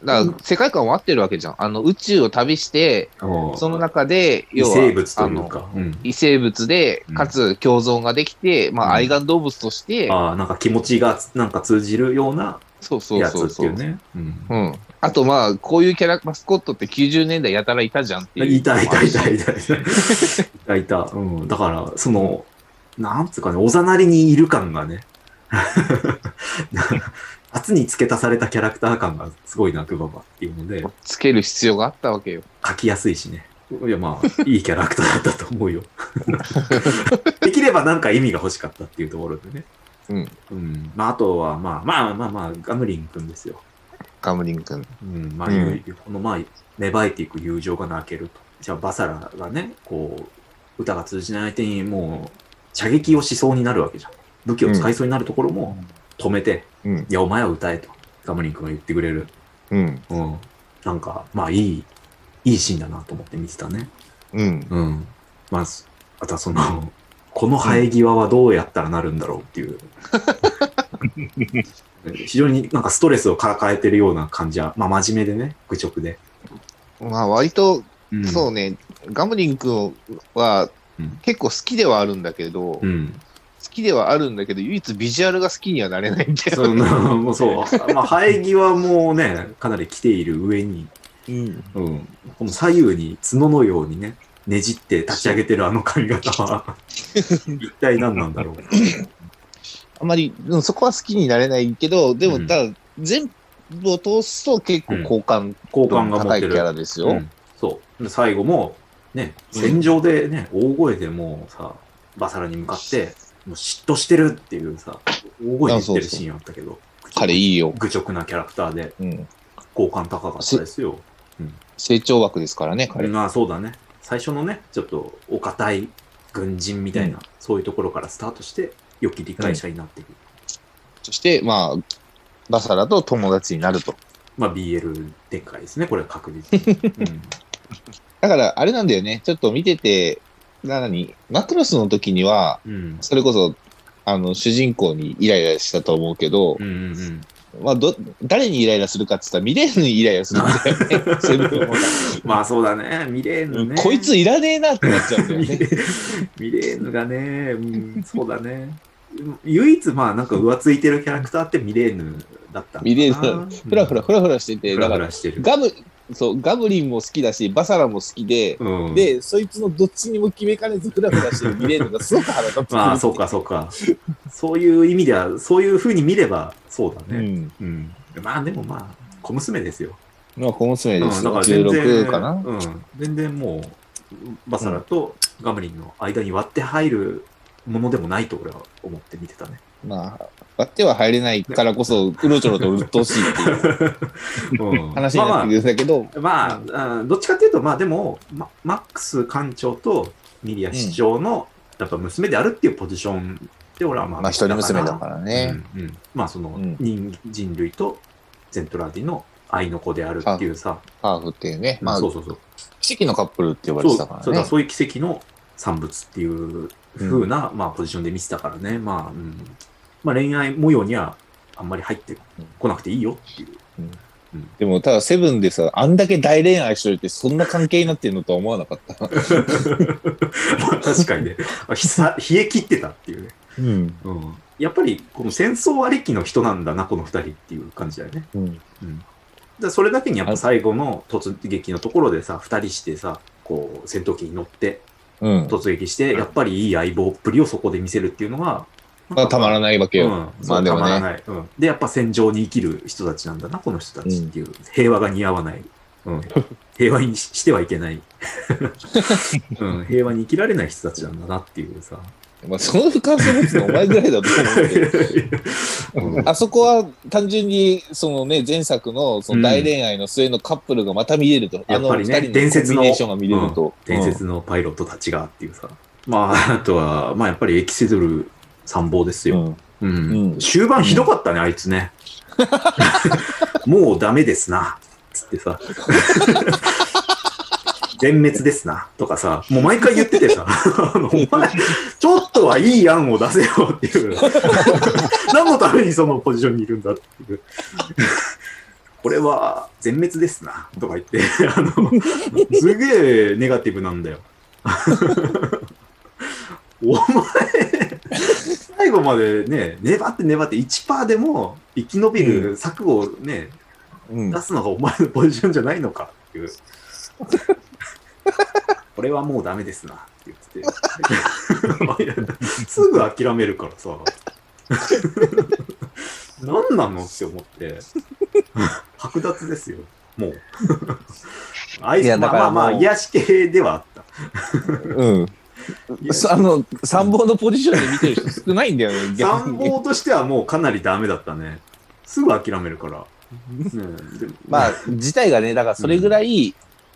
Speaker 2: だから、世界観は合ってるわけじゃん。あの、宇宙を旅して、その中で、
Speaker 1: 異
Speaker 2: 要は、
Speaker 1: 生物と
Speaker 2: あ
Speaker 1: いう
Speaker 2: の、
Speaker 1: か。うん
Speaker 2: 異生物で
Speaker 1: うん、
Speaker 2: かつ共存ができて、ま
Speaker 1: うん
Speaker 2: あ、愛玩動物として、
Speaker 1: ああ、なんか気持ちがなんか通じるような
Speaker 2: そうそう
Speaker 1: や
Speaker 2: そ
Speaker 1: つ
Speaker 2: う
Speaker 1: って
Speaker 2: そ。
Speaker 1: いううね。うん
Speaker 2: うん。あと、まあ、こういうキャラ、マスコットって90年代やたらいたじゃんっていう。
Speaker 1: いたいたいたいたいた。いたいた。うん。だから、その、なんつうかね、おざなりにいる感がね。 圧に付け足されたキャラクター感がすごいな、グババっていうので、
Speaker 2: つける必要があったわけよ。
Speaker 1: 書きやすいしね。いや、まあ、いいキャラクターだったと思う よ。できればなんか意味が欲しかったっていうところでね。
Speaker 2: うん。
Speaker 1: うん。まあ、あとは、まあ、まあまあまあ、ガムリン君ですよ。
Speaker 2: ガムリン君。
Speaker 1: うん、まあ、
Speaker 2: うん
Speaker 1: ゆうこのまあ芽生えていく友情が泣けると。じゃあバサラがね、こう、歌が通じない相手にもう、射撃をしそうになるわけじゃん。武器を使いそうになるところも止めて、
Speaker 2: うん。
Speaker 1: いや、お前は歌えと、ガムリン君が言ってくれる。
Speaker 2: うん。
Speaker 1: うん。なんか、まあいい、いいシーンだなと思って見てたね。
Speaker 2: うん。
Speaker 1: うん。まあ、そあとはその、この生え際はどうやったらなるんだろうっていう。非常になんかストレスを抱えてるような感じは、まあ真面目でね、愚直で。
Speaker 2: まあ割と、
Speaker 1: うん
Speaker 2: そうね、ガムリン君は
Speaker 1: うん
Speaker 2: 結構好きではあるんだけど、
Speaker 1: う
Speaker 2: 好
Speaker 1: ん。
Speaker 2: きではあるんだけど、唯一ビジュアルが好きにはなれないんだ
Speaker 1: そ
Speaker 2: よ。
Speaker 1: のもうそう。まあ生え際もね、かなり来ている上に、
Speaker 2: うん
Speaker 1: うん。この左右に角のようにね、ねじって立ち上げてるあの髪型は、一体何なんだろう。
Speaker 2: あまり、うんそこは好きになれないけど、で
Speaker 1: う
Speaker 2: も、
Speaker 1: ん
Speaker 2: ただ、全部を通すと結構好感
Speaker 1: 好
Speaker 2: 度
Speaker 1: 感
Speaker 2: の
Speaker 1: が持
Speaker 2: 高
Speaker 1: っ
Speaker 2: いキ
Speaker 1: て
Speaker 2: ャ
Speaker 1: る。
Speaker 2: ラですよ。
Speaker 1: うんそう。で最後も、ね、戦場でね、大声でもうさ、バサラに向かって、もう嫉妬してるっていうさ、大声で言ってるシーンあったけど、
Speaker 2: 彼いいよ。
Speaker 1: 愚直なキャラクターで、
Speaker 2: うん。
Speaker 1: 好感高かったですよ。
Speaker 2: 成長枠ですからね、彼。
Speaker 1: まあそうだね。最初のね、ちょっとお堅い軍人みたいな、そういうところからスタートして、良き理解者になっていく。
Speaker 2: そして、まあ、バサラと友達になると。
Speaker 1: まあ BL 展開ですね、これは確実に。 うん
Speaker 2: だから、あれなんだよね。ちょっと見てて、ななに、マクロスの時には、
Speaker 1: うん。
Speaker 2: それこそ、あの、主人公にイライラしたと思うけど
Speaker 1: う、んうんうん。
Speaker 2: まあ、ど、誰にイライラするかって言ったら、ミレーヌにイライラするんだよね。全部
Speaker 1: まあそうだね、ミレーヌね。
Speaker 2: こいついらねえなってなっちゃうんだよ
Speaker 1: ミレ
Speaker 2: ね。
Speaker 1: ミレーヌがね、うん、そうだね。唯一、まあ、なんか浮ついてるキャラクターってミレーヌだったのかな。
Speaker 2: ミレーヌふらふらふらふらしてて、
Speaker 1: ふら
Speaker 2: だか
Speaker 1: ふ
Speaker 2: ら、
Speaker 1: らしてる。
Speaker 2: ガム、そう、ガムリンも好きだし、バサラも好きで、
Speaker 1: うん、
Speaker 2: で、そいつのどっちにも決めかねずフラフラしてるミレーヌがすごく腹立ってくる
Speaker 1: まあ、そうか、そうか。そういう意味では、そういうふうに見れば、そうだ
Speaker 2: う
Speaker 1: ね。
Speaker 2: ん。
Speaker 1: うん。まあ、でもまあ、小娘ですよ。
Speaker 2: まあ、小娘です
Speaker 1: だ
Speaker 2: よ。
Speaker 1: から全然
Speaker 2: 16かな。
Speaker 1: うん。全然もう、バサラとガムリンの間に割って入るものでもないと俺は思って見て たね。
Speaker 2: まあ、割っては入れないからこそ、うろちょろとうっとうしいっていう
Speaker 1: うん、
Speaker 2: 話に
Speaker 1: ま
Speaker 2: なっ
Speaker 1: あま
Speaker 2: てくるんだけど、
Speaker 1: まあ、あどっちかっていうと、まあでも、ママックス艦長とミリア市長の、やっぱ娘であるっていうポジションで、俺はまあ、
Speaker 2: まあ、一人娘だからね。
Speaker 1: うんうんまあその
Speaker 2: うん
Speaker 1: 人、人類とゼントラーディの愛の子であるっていうさ、
Speaker 2: ハーフっていうね。まあ
Speaker 1: そ、うそうそう。
Speaker 2: 奇跡のカップルって呼ばれ
Speaker 1: そ
Speaker 2: て
Speaker 1: う
Speaker 2: た
Speaker 1: だ
Speaker 2: か
Speaker 1: からら
Speaker 2: ね。
Speaker 1: そういう奇跡の産物っていう風な、まあポジションで見てたからね、まあ、うんまあ恋愛模様にはあんまり入ってこなくていい よっていう。
Speaker 2: でも、ただ、セブンでさ、あんだけ大恋愛しといて、そんな関係になってるのとは思わなかった。
Speaker 1: まあ確かにね、あひさ冷え切ってたっていうね。
Speaker 2: うん。
Speaker 1: うんやっぱりこの戦争ありきの人なんだな、この二人っていう感じだよね。
Speaker 2: うん。
Speaker 1: でそれだけにやっぱ最後の突撃のところでさ、二人してさ、こう戦闘機に乗って
Speaker 2: うん。
Speaker 1: 突撃して、やっぱりいい相棒っぷりをそこで見せるっていうのが、
Speaker 2: まあ、たまらないわけ
Speaker 1: うん、
Speaker 2: よ。ま
Speaker 1: そ
Speaker 2: あ
Speaker 1: う
Speaker 2: で
Speaker 1: た
Speaker 2: もね
Speaker 1: まらない、うん。で、やっぱ戦場に生きる人たちなんだな、この人たちっていう。平和が似合わない。うん、平和にししてはいけ ない、うん。平和に生きられない人たちなんだなっていう さ。
Speaker 2: まあ、その感想持つのお前ぐらいだと思うけど。
Speaker 1: うん
Speaker 2: あそこは単純に、そのね、前作のその大恋愛の末のカップルがまた見れると。あ
Speaker 1: やっ
Speaker 2: の
Speaker 1: ぱ
Speaker 2: 二
Speaker 1: りね
Speaker 2: 人のコンビネーションが見れると。
Speaker 1: 伝説のパイロットたちがっていうさ、まああとはまあやっぱりエキセドル参謀です
Speaker 2: う
Speaker 1: よ、
Speaker 2: ん。う
Speaker 1: う
Speaker 2: ん
Speaker 1: ん
Speaker 2: うん
Speaker 1: 終盤ひどかったね、あいつねもうダメですなつってさ全滅ですなとかさもう毎回言ってて さあのお前ちょっとはいい案を出せよっていう 何のためにそのポジションにいるんだっていうこれは全滅ですなとか言って、 あの、すげえネガティブなんだよ。 お前、最後までね、粘って粘って1%でも生き延びる策をね、
Speaker 2: うん
Speaker 1: 出すのがお前のポジションじゃないのかっていう。 これはもうダメですなって言ってて。 すぐ諦めるからさ。 何なのって思って。剥奪ですよ。もう。あい
Speaker 2: いや
Speaker 1: つま
Speaker 2: だ
Speaker 1: あ
Speaker 2: か
Speaker 1: ま
Speaker 2: ら
Speaker 1: あまあ、
Speaker 2: もう
Speaker 1: 癒し系ではあっ
Speaker 2: うん。
Speaker 1: た。
Speaker 2: そあの、参謀のポジションで見てる人少ないんだよね、逆
Speaker 1: 参
Speaker 2: に。
Speaker 1: 謀としてはもうかなりダメだったね。すぐ諦めるから。ねで
Speaker 2: まあ、自体がね、だからそれぐらい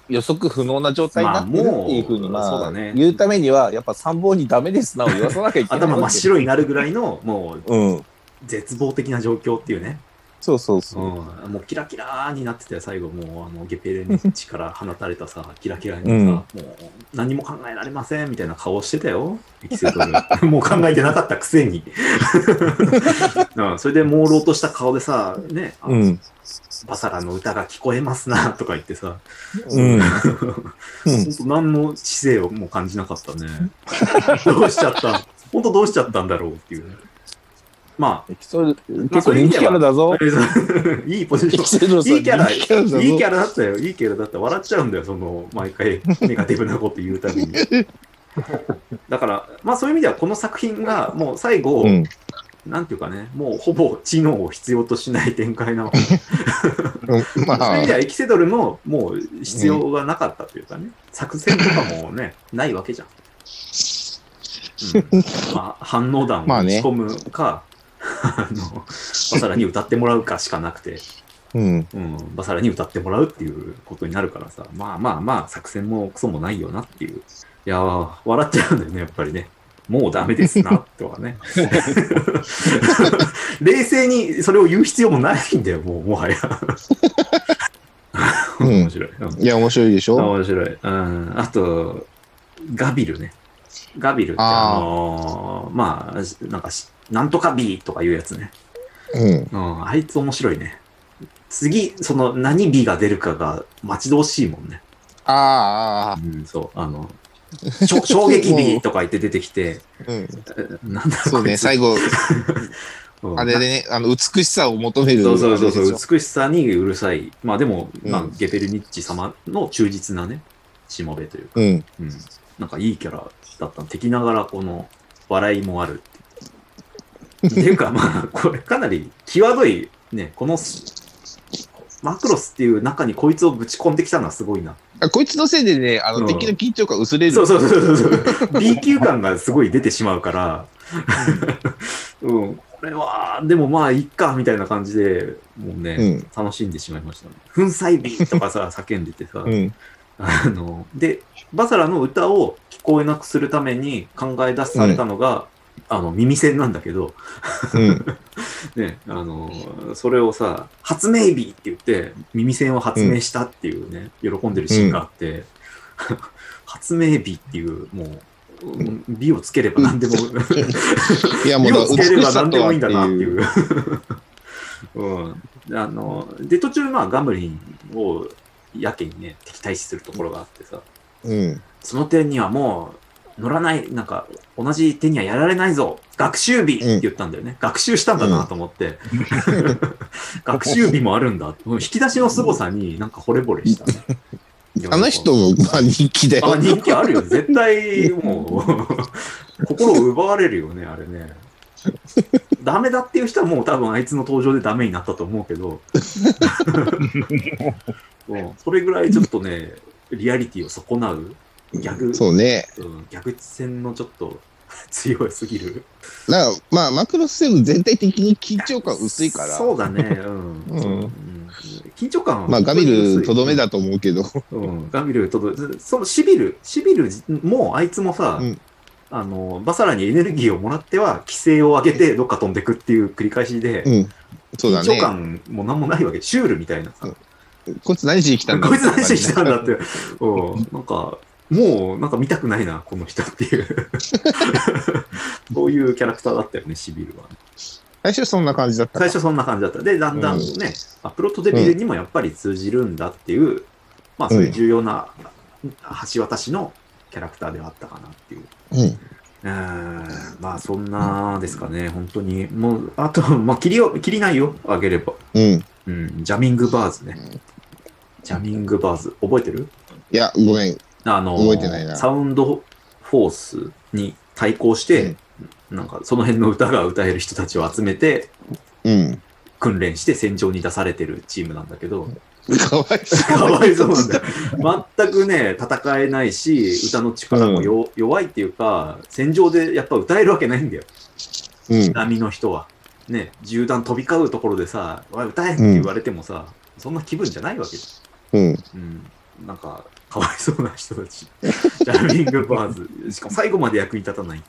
Speaker 2: 予測不能な状態になってるっていうふうに、
Speaker 1: まあもう
Speaker 2: ま
Speaker 1: そ
Speaker 2: あ
Speaker 1: うだね、
Speaker 2: 言うためには、やっぱ参謀にダメですなを言わさなきゃいけない。
Speaker 1: 頭真っ。白になるぐらいの、もう
Speaker 2: うん。
Speaker 1: 絶望的な状況っていうね。
Speaker 2: そうそう
Speaker 1: う
Speaker 2: そ
Speaker 1: ん
Speaker 2: う。、
Speaker 1: もうキラキラーになってたよ、最後、もうあのゲペルニッチから放たれたさ、キラキラにさ、
Speaker 2: うん
Speaker 1: もう何も考えられませんみたいな顔してたよ、エキセトル。 もう考えてなかったくせに。 うん、それで朦朧とした顔でさ、ね、あの
Speaker 2: うん。
Speaker 1: バサラの歌が聞こえますなとか言ってさ、
Speaker 2: うん。うん
Speaker 1: 本当何の知性をもう感じなかったね。どうしちゃった本当どうしちゃったんだろうっていうね。まあ、
Speaker 2: エキセル、結構人気キャラだぞ。
Speaker 1: いいポジ
Speaker 2: エ
Speaker 1: ション
Speaker 2: キ。セルさん
Speaker 1: いいキャラ、い
Speaker 2: 人
Speaker 1: い
Speaker 2: 気
Speaker 1: キ
Speaker 2: キャラ
Speaker 1: ャラ
Speaker 2: だぞ。
Speaker 1: だったよ。いいキャラだった。笑っちゃうんだよ、その、毎回、ネガティブなこと言うたびに。 だから、まあそういう意味では、この作品が、もう最後、
Speaker 2: うん。
Speaker 1: なんていうかね、もうほぼ知能を必要としない展開なの。
Speaker 2: うんま
Speaker 1: そういう意
Speaker 2: あ
Speaker 1: 味で、は、エキセドルも、もう必要がなかったというかね、作戦とかもね、ないわけじゃん。うん、まあ、反応弾を
Speaker 2: まあ
Speaker 1: 打ち
Speaker 2: ね
Speaker 1: 込むか、あの、さらに歌ってもらうかしかなくて。
Speaker 2: うん。
Speaker 1: うん、バサラに歌ってもらうっていうことになるからさ、まあまあまあ、作戦もクソもないよなっていう。いやー、笑っちゃうんだよね、やっぱりね。もうダメですな、とはね。冷静にそれを言う必要もないんだよ、もう、もはや。
Speaker 2: うん
Speaker 1: 面白い。うん
Speaker 2: いや、面白いでしょ
Speaker 1: 面白い。うん。あと、ガビルね。ガビルって、
Speaker 2: あー
Speaker 1: あのーまあ、なんかし、なんとかビーとかいうやつね。
Speaker 2: うん。
Speaker 1: うん、あいつ面白いね。次、その何美が出るかが待ち遠しいもんね。
Speaker 2: ああ、
Speaker 1: うん、そう、あの、し ょ衝撃美とか言って出てきて、
Speaker 2: ああ。うん。
Speaker 1: えなんだろ
Speaker 2: そうね、最後、
Speaker 1: 後
Speaker 2: あれでね、あの、美しさを求める。
Speaker 1: そうそうそう
Speaker 2: あれでしょ
Speaker 1: そう、美しさにうるさい。まあでも、まあ
Speaker 2: うん
Speaker 1: ゲペルニッチ様の忠実なね、しもべというか、
Speaker 2: うん。
Speaker 1: うん、なんかいいキャラだったの。敵ながらこの笑いもあるっていう。っていうかまあ、これかなり際どい、ね、このマクロスっていう中にこいつをぶち込んできたのはすごいな。
Speaker 2: あこいつのせいでね、あの、
Speaker 1: うん
Speaker 2: 敵の緊張感薄れる。
Speaker 1: そうそうそうそうそう。B 級感がすごい出てしまうから、うん、これは、でもまあ、いっか、みたいな感じで、もうね、
Speaker 2: うん。
Speaker 1: 楽しんでしまいましたね。粉砕美とかさ、叫んでてさ、
Speaker 2: うん。
Speaker 1: あの、で、バサラの歌を聞こえなくするために考え出されたのが、あの、耳栓なんだけど、
Speaker 2: うん。
Speaker 1: ね、あの、それをさ、発明日って言って、耳栓を発明したっていうね、喜んでるシーンがあって、発明日っていう、もう、うん美をつければ 何でも、
Speaker 2: いや、も
Speaker 1: 美
Speaker 2: う、
Speaker 1: をつけれ
Speaker 2: 美
Speaker 1: ば
Speaker 2: しさ
Speaker 1: 何で
Speaker 2: とは
Speaker 1: も
Speaker 2: っ
Speaker 1: いい
Speaker 2: て
Speaker 1: んだなってい
Speaker 2: いう。
Speaker 1: う。うん、あので途中、まあ、ガムリンをやけにね敵対視するところがあってさ、
Speaker 2: うん。
Speaker 1: その点にはもう乗らない、なんか同じ手にはやられないぞ、学習日って言ったんだよね。学習したんだなと思って。学習日もあるんだ。もう引き出しの凄さになんか惚れ惚れした、ね。
Speaker 2: あの人も、まあ、人気だよ
Speaker 1: あ、。人気あるよ。絶対、もう、心を奪われるよね、あれね。ダメだっていう人はもう多分あいつの登場でダメになったと思うけ ど、 うんそれぐらいちょっとね、リアリティを損なうギャグ
Speaker 2: そうね。
Speaker 1: うん、逆戦のちょっと 強すぎる。
Speaker 2: だから、まあ、マクロスセブン全体的に緊張感薄いから。
Speaker 1: そうだね、うん。
Speaker 2: うん
Speaker 1: うん緊張感は。
Speaker 2: まあ、ガビルとどめ。だと思うけど。
Speaker 1: うん、ガビルとどめ。そのシビル、シビルもあいつもさ、
Speaker 2: うん
Speaker 1: あの、バサラにエネルギーをもらっては、規制を上げてどっか飛んでくっていう繰り返しで、
Speaker 2: うん。そうだ
Speaker 1: 緊張
Speaker 2: ね。
Speaker 1: 感もなんもないわけ。シュールみたいなさ。
Speaker 2: こいつ何しに来たんだ
Speaker 1: こいつ何してきたんだって。うん、なんか、もう、なんか見たくないな、この人って いう。そういうキャラクターだったよね、シビルは。
Speaker 2: 最初そんな感じだった。
Speaker 1: 最初そんな感じだった。で、だんだんね、アプロートデビューにもやっぱり通じるんだっていう、まあそういう重要な橋渡しのキャラクターではあったかなっていう。
Speaker 2: うん。
Speaker 1: うーんまあそんなですかね、本当に。もう、あと、まあ切りを、切りないよ、あげれば。
Speaker 2: うん。
Speaker 1: うん、ジャミングバーズね。ジャミングバーズ、覚えてる
Speaker 2: いや、ごめん。
Speaker 1: あの、
Speaker 2: 覚えてないな
Speaker 1: サウンドフォースに対抗して、なんかその辺の歌が歌える人たちを集めて、
Speaker 2: うん。
Speaker 1: 訓練して戦場に出されてるチームなんだけど、
Speaker 2: かわいそう。
Speaker 1: かわいそうなんだよ。全くね、戦えないし、歌の力もよ、弱いっていうか、戦場でやっぱ歌えるわけないんだよ、
Speaker 2: うん。
Speaker 1: 波の人は。ね、銃弾飛び交うところでさ、おい歌えって言われてもさ、そんな気分じゃないわけじ
Speaker 2: うん。
Speaker 1: ゃん。うん、なんか、かわいそうな人た ち。ジャミングバーズ。しかも最後まで役に立た ない。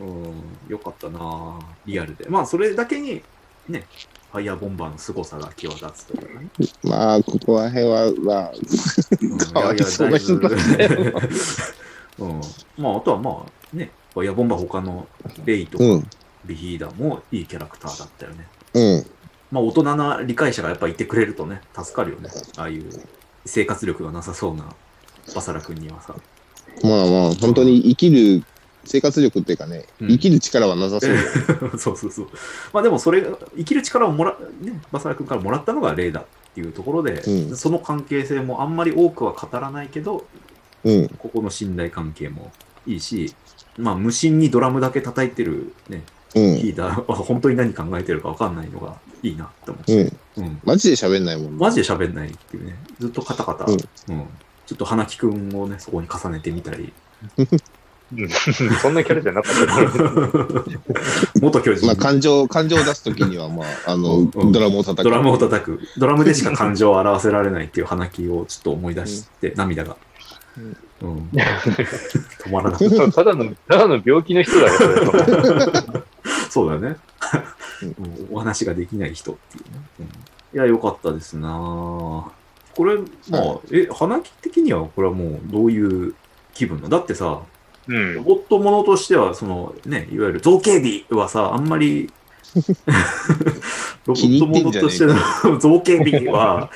Speaker 1: うん、よかったなぁリアルで。まあ、それだけに、ね、ファイヤーボンバーの凄さが際立つというかね。
Speaker 2: まあ、ここら辺は、まあ、
Speaker 1: うん
Speaker 2: かわいそうな人だね
Speaker 1: いやいやだいぶうん。 まあ、あとはまあ、ね、ファイヤーボンバー他のレイとか
Speaker 2: うん、
Speaker 1: ビヒーダーもいいキャラクターだったよね。
Speaker 2: うん。
Speaker 1: まあ、大人な理解者がやっぱいてくれるとね、助かるよね。ああいう生活力がなさそうなバサラ君にはさ。
Speaker 2: まあまあ、本当に生きる、生活力っていうかね、
Speaker 1: うん
Speaker 2: 生きる力はなさそ う。
Speaker 1: そうそうそう。まあでもそれ、生きる力をもら、ね、バサラ君からもらったのがレイだっていうところで、
Speaker 2: うん
Speaker 1: その関係性もあんまり多くは語らないけど、
Speaker 2: うん、
Speaker 1: ここの信頼関係もいいし、まあ無心にドラムだけ叩いてるね、
Speaker 2: うん、
Speaker 1: リーダー は本当に何考えてるか分かんないのがいいなって思う。
Speaker 2: うん。
Speaker 1: うん。
Speaker 2: マジで喋んないもんな
Speaker 1: マジで喋んないっていうね。ずっとカタカタ。
Speaker 2: うん
Speaker 1: うんちょっと花木くんをね、そこに重ねてみたり。
Speaker 3: そんなキャラじゃなかったけど
Speaker 1: 元巨人
Speaker 2: まあ、感情、感情を出すときには、まあ、あの、
Speaker 1: うん
Speaker 2: ドラムを叩く。
Speaker 1: ドラムを叩く。ドラムでしか感情を表せられないっていう花木をちょっと思い出して、涙が。うん。止まらなく
Speaker 3: そうただの、ただの病気の人だよ、それ
Speaker 1: そうだね
Speaker 2: う。
Speaker 1: うんお話ができない人っていうね。うんいや、よかったですなぁこれ、まあ、え、花木的にはこれはもうどういう気分なのだってさ、
Speaker 3: うん
Speaker 1: ロ。ボットものとしては、そのね、いわゆる造形美はさ、あんまり、 ロボットものとしての造形美は、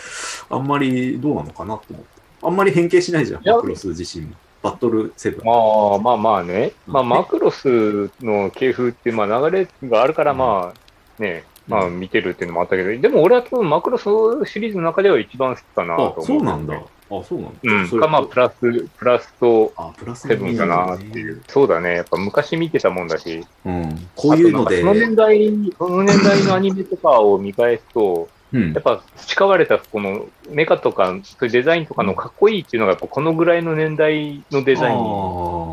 Speaker 1: あんまりどうなのかなと思って。あんまり変形しないじゃん、
Speaker 3: いや
Speaker 1: マクロス自身も。バトルセブン。
Speaker 3: まあまあまあね、まあ、
Speaker 1: うん
Speaker 3: マクロスの系譜ってまあ流れがあるから、まあね、まあ見てるっていうのもあったけど、でも俺は多分マクロスシリーズの中では一番好きかな
Speaker 1: あ
Speaker 3: と、
Speaker 1: そ
Speaker 3: 思
Speaker 1: う
Speaker 3: う、
Speaker 1: なんだ。あ、そうなんだ。
Speaker 3: うん。
Speaker 1: それ
Speaker 3: かまあ、プラス、プラスと、
Speaker 1: あ、プラス
Speaker 3: セブンかなっていう。そうだね。やっぱ昔見てたもんだし。
Speaker 1: うん。こういうので
Speaker 3: あと、なんかその年代、その年代のアニメとかを見返すと、
Speaker 1: うん
Speaker 3: やっ。ぱ培われたこのメカとか、そういうデザインとかのかっこいいっていうのが、やっぱこのぐらいの年代のデザイン
Speaker 1: あ
Speaker 3: に
Speaker 2: う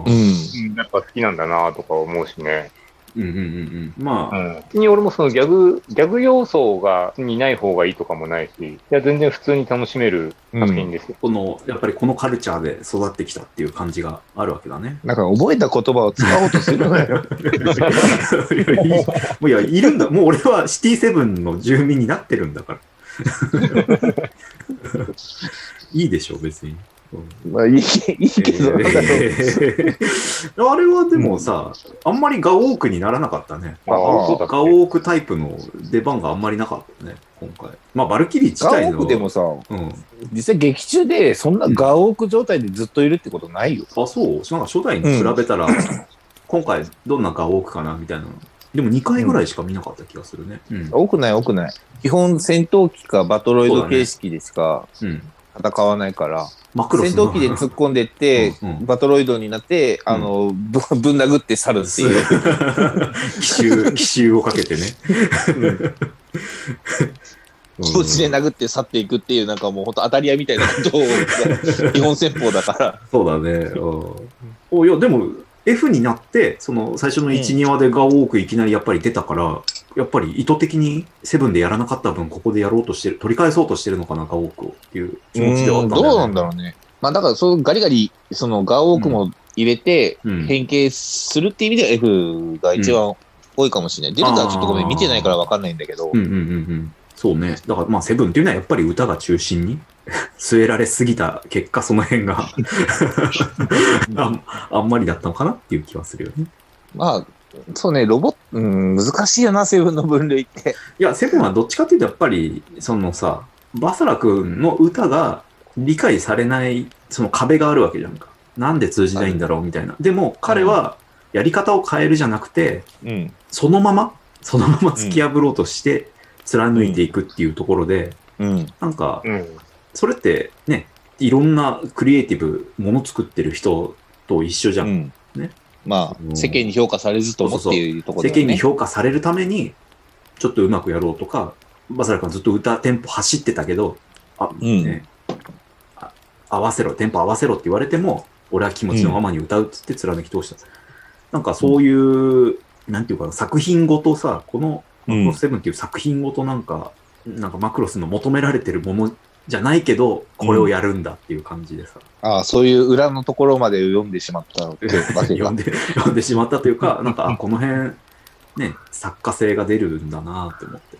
Speaker 1: ー
Speaker 2: ん。
Speaker 3: うんやっぱ好きなんだなとか思うしね。
Speaker 1: うんうんうんうん。ま
Speaker 3: う
Speaker 1: あ、
Speaker 3: ん。別に俺もそのギャグ、ギャグ要素が、にない方がいいとかもないし、いや、全然普通に楽しめる作品ですよ。
Speaker 1: この、やっぱりこのカルチャーで育ってきたっていう感じがあるわけだね。
Speaker 2: なんか覚えた言葉を使おうとす るなよ。
Speaker 1: いやいいもういや、いるんだ。もう俺はシティセブンの住民になってるんだから。 いいでしょ、別に。うん
Speaker 2: まあいい、いいけど、
Speaker 1: えー あれはでもさ、あんまりガオークにならなかったね。
Speaker 2: うん
Speaker 3: ああ、そうだ
Speaker 1: ガオークタイプの出番があんまりなかったね、今回。まあ、バルキリー自
Speaker 2: ガ
Speaker 1: 体
Speaker 2: オ
Speaker 1: の。
Speaker 2: ークでもさ、
Speaker 1: うん、
Speaker 2: 実際劇中でそんなガオーク状態でずっといるってことないよ。
Speaker 1: あ、そうなんか初代に比べたら、今回どんなが多くかなみたいなの。でも2回ぐらいしか見なかった気がするね。うん。
Speaker 2: 多くない多くない。基本戦闘機かバトロイ
Speaker 1: そう
Speaker 2: ド
Speaker 1: だね
Speaker 2: 形式でしか
Speaker 1: うん。
Speaker 2: 戦わないから、
Speaker 1: マクロ
Speaker 2: 戦
Speaker 1: スの
Speaker 2: 闘機で突っ込んでって、
Speaker 1: うんうん
Speaker 2: バトロイドになって、あの、ぶぶん殴って去るっていう。
Speaker 1: 奇襲、奇襲をかけてね。うん
Speaker 2: こっちで殴って去っていくっていう、なんかもう本当当たり屋みたいなことを、日本戦法だから。
Speaker 1: そうだね。うんおいや、でも、F になって、その最初の1、
Speaker 2: うん
Speaker 1: 2話でが多くいきなりやっぱり出たから、やっぱり意図的にセブンでやらなかった分、ここでやろうとしてる、取り返そうとしてるのかな、が多くっていう 気持ちではあったんだよね。
Speaker 2: どうなんだろうね。まあだから、そのガリガリ、そのガオークも入れて、
Speaker 1: うん
Speaker 2: 変形するっていう意味では F が一番多いかもしれない。出るかはちょっとごめ
Speaker 1: あ
Speaker 2: ん、
Speaker 1: ー
Speaker 2: 見てないからわかんないんだけど
Speaker 1: う。んうんうんうん。そうね。だからまあ、セブンっていうのはやっぱり歌が中心に 据えられすぎた結果、その辺が ああんまりだったのかなっていう気はするよね。
Speaker 2: まあ、そうね、ロボット、うん、難しいよな、セブンの分類って。
Speaker 1: いや、セブンはどっちかっていうと、やっぱり、そのさ、バサラ君の歌が理解されない、その壁があるわけじゃんか。なんで通じないんだろうみたいな。でも、彼はやり方を変えるじゃなくて、
Speaker 2: うん。
Speaker 1: そのまま、そのまま突き破ろうとして、貫いていくっていうところで、
Speaker 2: うん。
Speaker 1: なんか、
Speaker 3: うん。
Speaker 1: それってね、いろんなクリエイティブ、もの作ってる人と一緒じゃん。
Speaker 2: ん。
Speaker 1: ね
Speaker 2: ま
Speaker 1: う
Speaker 2: あ、
Speaker 1: ん
Speaker 2: 世間に評価されずともっていうところ
Speaker 1: 世
Speaker 2: だよ
Speaker 1: 間
Speaker 2: ね。
Speaker 1: に評価されるために、ちょっとうまくやろうとか、バサラ君はずっと歌、テンポ走ってたけど、あ、
Speaker 2: ん
Speaker 1: ね、あ合わせろ、テンポ合わせろって言われても、俺は気持ちのままに歌うっつって貫き通した。なんかそういう、なんていうかな、作品ごとさ、このマクロスセブンっていう作品ごとなんか、なんかマクロスの求められてるものじゃないけど、これをやるんだっていう感じでさ。
Speaker 2: ああ、そういう裏のところまで読んでしまったわけ
Speaker 1: 読んで、読んでしまったというか、なんか、あこの辺、ね、作家性が出るんだなって思って。